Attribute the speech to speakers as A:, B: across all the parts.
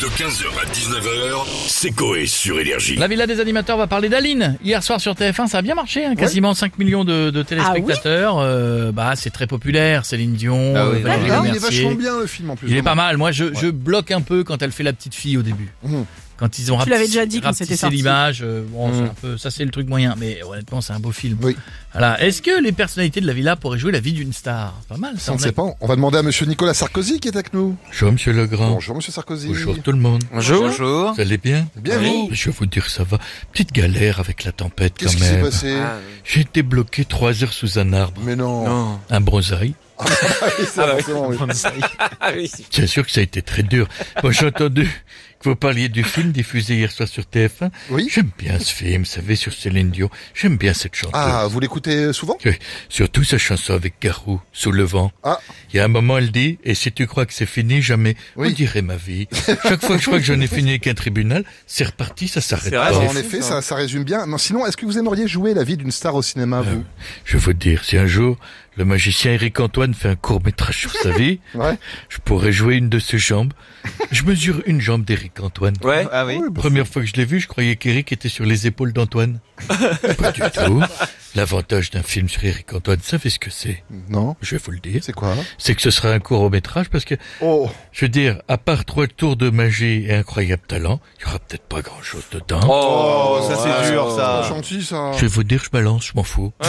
A: De 15h à 19h, c'est Coé sur Énergie.
B: La Villa des animateurs va parler d'Aline. Hier soir sur TF1, ça a bien marché, hein, quasiment 5 millions de, de téléspectateurs. Euh, bah, c'est très populaire, Céline Dion,
C: Ah oui,
B: Valérie
C: d'accord.
D: Ah, il est
B: Lemercier.
D: vachement bien le film en plus.
B: Il est pas mal. Moi, je, je bloque un peu quand elle fait la petite fille au début.
D: Mhm.
B: Quand ils ont
C: Tu l'avais déjà dit quand c'était
B: rapetissé
C: sorti.
B: l'image, euh, bon, c'est un peu, ça c'est le truc moyen, mais honnêtement, c'est un beau film.
D: Mmh. Oui.
B: Voilà. Est-ce que les personnalités de la villa pourraient jouer la vie d'une star C'est Pas mal, ça.
D: On ne sait pas. On va demander à monsieur Nicolas Sarkozy qui est avec nous.
E: Bonjour Monsieur Legrand.
D: Bonjour monsieur Sarkozy.
E: Bonjour tout le monde.
C: Bonjour.
E: Vous allez bien
D: Bien vous.
E: Je vais vous dire ça va. Petite galère avec la tempête
D: Qu'est-ce
E: quand
D: qui s'est
E: même.
D: passé
F: Ah,
E: J'ai été bloqué trois heures sous un arbre,
D: Mais Ah. non.
E: un brosaille.
D: Ah oui, c'est forcément, oui.
E: C'est sûr que ça a été très dur. Moi j'ai entendu que vous parliez du film diffusé hier soir sur TF1.
D: Oui.
E: J'aime bien ce film, vous savez, sur Céline Dion. J'aime bien cette chanteuse.
D: Ah, vous l'écoutez souvent
E: Oui, Surtout sa chanson avec Garou, sous le vent.
D: Ah.
E: Il y a un moment, elle dit, et si tu crois que c'est fini, jamais,
D: Oui.
E: on dirait ma vie. Chaque fois que je crois que j'en ai fini avec un tribunal, c'est reparti, ça s'arrête pas.
D: Alors, Bah, En effet, Ah, ça, ça résume bien. Non, sinon, est-ce que vous aimeriez jouer la vie d'une star au cinéma, vous
E: Je vais vous dire, si un jour, le magicien Eric Antoine fait un court métrage sur sa vie,
D: Ouais.
E: je pourrais jouer une de ses jambes. Je mesure une jambe d'Eric Antoine.
F: Ouais. Ah oui.
D: bah,
E: Première fois que je l'ai vu, je croyais qu'Eric était sur les épaules d'Antoine. pas du tout. L'avantage d'un film sur Eric Antoine, vous savez ce que c'est?
D: Non.
E: Je vais vous le dire.
D: C'est quoi
E: C'est que ce sera un court métrage parce que
D: Oh,
E: Je veux dire, à part trois tours de magie et incroyable talent, il y aura peut-être pas grand chose dedans.
F: Oh, ça c'est
D: ouais,
F: dur
D: pas
F: ça.
D: gentil ça.
E: Je vais vous dire, je balance, je m'en fous.
D: Ah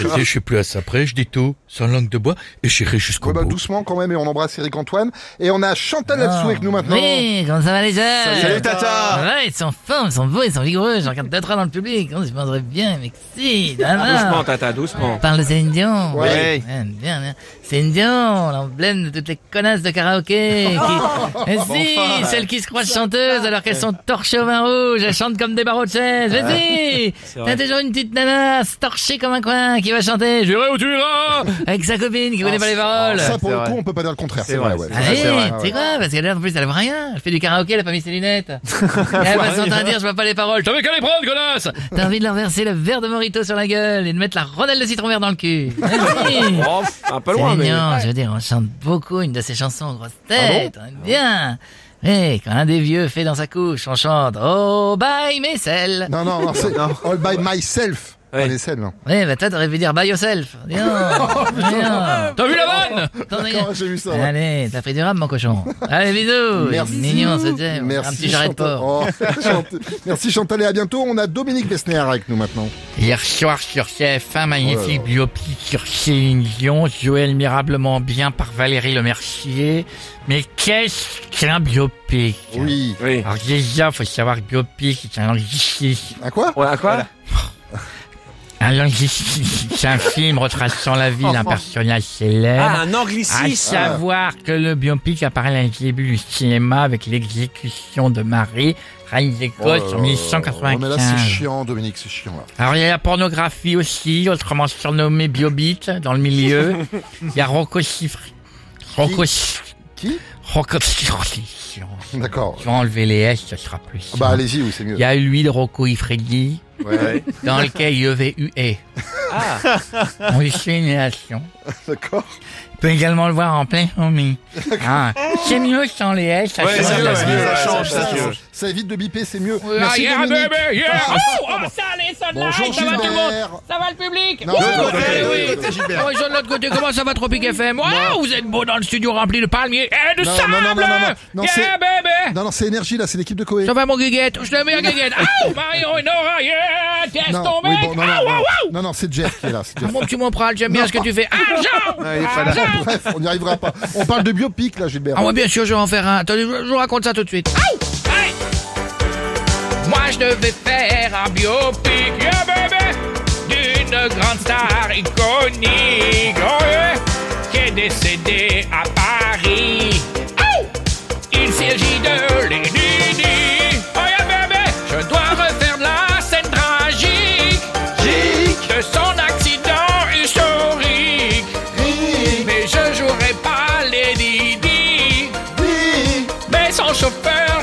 E: Je sais, je suis plus à ça près, je dis tout, sans langue de bois, et j'irai jusqu'au
D: Ouais, bah,
E: bout.
D: doucement quand même et on embrasse Eric Antoine et on a Chantal là-dessous avec nous maintenant.
G: Oui, comment ça va les gens
F: Salut Tata.
G: Ouais, ils sont fins, ils sont beaux, ils sont vigoureux. J'en regarde deux, trois dans le public. Oh, je mangerais bien, mais si,
F: Ah, Doucement,
G: d'abord.
F: Tata, doucement.
G: Parle de Céline Dion.
F: Ouais.
G: Bien, bien, bien. Céline Dion, l'emblème de toutes les connasses de karaoké. Qui...
F: Ah,
G: Mais si, celles qui se croient chanteuses alors qu'elles sont torchées au vin rouge, elles chantent comme des barreaux de chaise. Mais si,
F: Ah. vrai.
G: t'as toujours une petite nana torchée comme un coin qui va chanter « J'irai où tu iras » avec sa copine qui connaît pas les paroles.
D: Ça pour
F: C'est
D: le
F: vrai.
D: coup, on peut pas dire le contraire.
F: C'est
D: C'est vrai.
F: vrai,
D: ouais.
G: Ah oui,
F: c'est vrai,
D: ouais.
G: c'est quoi Parce qu'elle en plus elle voit rien. Elle fait du karaoké, elle a pas mis ses lunettes. Et elle passe son temps à dire je vois pas les paroles. T'avais qu'à les prendre, connasse T'as envie de leur verser le verre de Morito sur la gueule et de mettre la rondelle de citron vert dans le cul. Vas-y.
F: Oh, un peu
G: C'est
F: loin, mais. Ah
G: mignon, je veux dire, on chante beaucoup une de ses chansons en grosse tête. on aime bien. Oui, quand un des vieux fait dans sa couche, on chante Oh bye mes selles.
D: Non, non, non, c'est All by myself.
F: Ouais.
D: On essaie, non.
G: Oui, bah toi t'aurais pu dire bye yourself. Dis donc. Dis donc.
B: Oh, T'as vu la vanne
G: T'en as-
D: D'accord, j'ai vu ça. ouais.
G: Allez, t'as pris du rhum, mon cochon. Allez,
E: Oh,
G: bisous.
D: Merci.
G: Mignon, ce thème. Un petit jarret de
D: Chantal.
G: porc.
D: Oh, Chantal. Merci Chantal et à bientôt. On a Dominique Besnéard avec nous maintenant.
B: Hier soir sur CF1, magnifique biopic sur Céline Dion, joué admirablement bien par Valérie Lemercier. Mais qu'est-ce qu'un biopic
D: Oui.
F: Oui.
B: Alors déjà, faut savoir que biopic, c'est un anglicisme.
D: À quoi
F: Ouais, à quoi
B: Un anglicisme, c'est un film retraçant la vie d'un personnage célèbre.
F: Ah, un
B: à
F: anglicisme.
B: savoir que le biopic apparaît à le début du cinéma avec l'exécution de Marie, reine d'Écosse,
D: Oh
B: en
D: là là. Oh, mais là, c'est
B: 1895.
D: chiant, Dominique, c'est chiant. Là.
B: Alors il y a la pornographie aussi, autrement surnommée biobite dans le milieu. Il y a Rocco Chiffre. Rocco Chiffre.
D: Qui
B: Rocco Chiffre.
D: D'accord.
B: Je vais enlever les S, ce sera plus.
D: Bah, allez-y, oui, c'est mieux.
B: Il y a lui de Rocco Ifredi,
D: Ouais,
B: dans lequel il y avait E. UE.
F: Ah,
B: On lui fait une nation.
D: D'accord.
B: On peut également le voir en plein homie. Ah, c'est mieux sans les S. ça
F: Ouais,
B: change
F: c'est
B: la
F: mieux,
B: vie.
F: ouais. ça change, ça
D: ça,
F: change.
D: ça évite de biper, c'est mieux.
B: Ah,
D: Merci,
B: yeah,
D: Dominique.
B: baby, yeah. Oh, oh, ça, les sonneries,
D: Bonjour,
B: ça va tout le monde.
D: Gilbert.
B: Ça va le public
D: Non,
B: Wouh
D: de l'autre
F: côté,
B: Eh
F: oui,
B: oui. Oh, ils sont de l'autre côté, comment ça va Tropic FM Waouh, vous êtes beau dans le studio rempli de palmiers et de
D: Non,
B: sable
D: non, non, non, non, non. Non,
B: Yeah,
D: c'est-
B: bébé
D: Non, non, c'est énergie, là, c'est l'équipe de Coé.
B: Ça va mon guiguette Je le mets à guiguette Oh, Marion et Nora, yeah T'es
D: Non,
B: ton
D: oui,
B: mec Ah,
D: bon, non, non,
B: Aouh,
D: non.
B: aouh,
D: Non, non, c'est Jeff qui est là. c'est
B: aouh.
D: Jeff.
B: Mon petit Montpral, j'aime bien ce que tu fais Argent Argent
D: Bref, on n'y arrivera pas. On parle de biopic, là, Gilbert.
B: Ah ouais, bien sûr, je vais en faire un. Attendez, je je vous raconte ça tout de suite. Aïe Aïe Moi, je devais faire un biopic, yeah, bébé, d'une grande star iconique, oh, yeah, qui est décédée à Paris. Aïe Il s'agit de Lady Di. Oh, yeah, bébé, je dois refaire la scène tragique de son accident historique. Mais je jouerai pas Lady Di Mais son chauffeur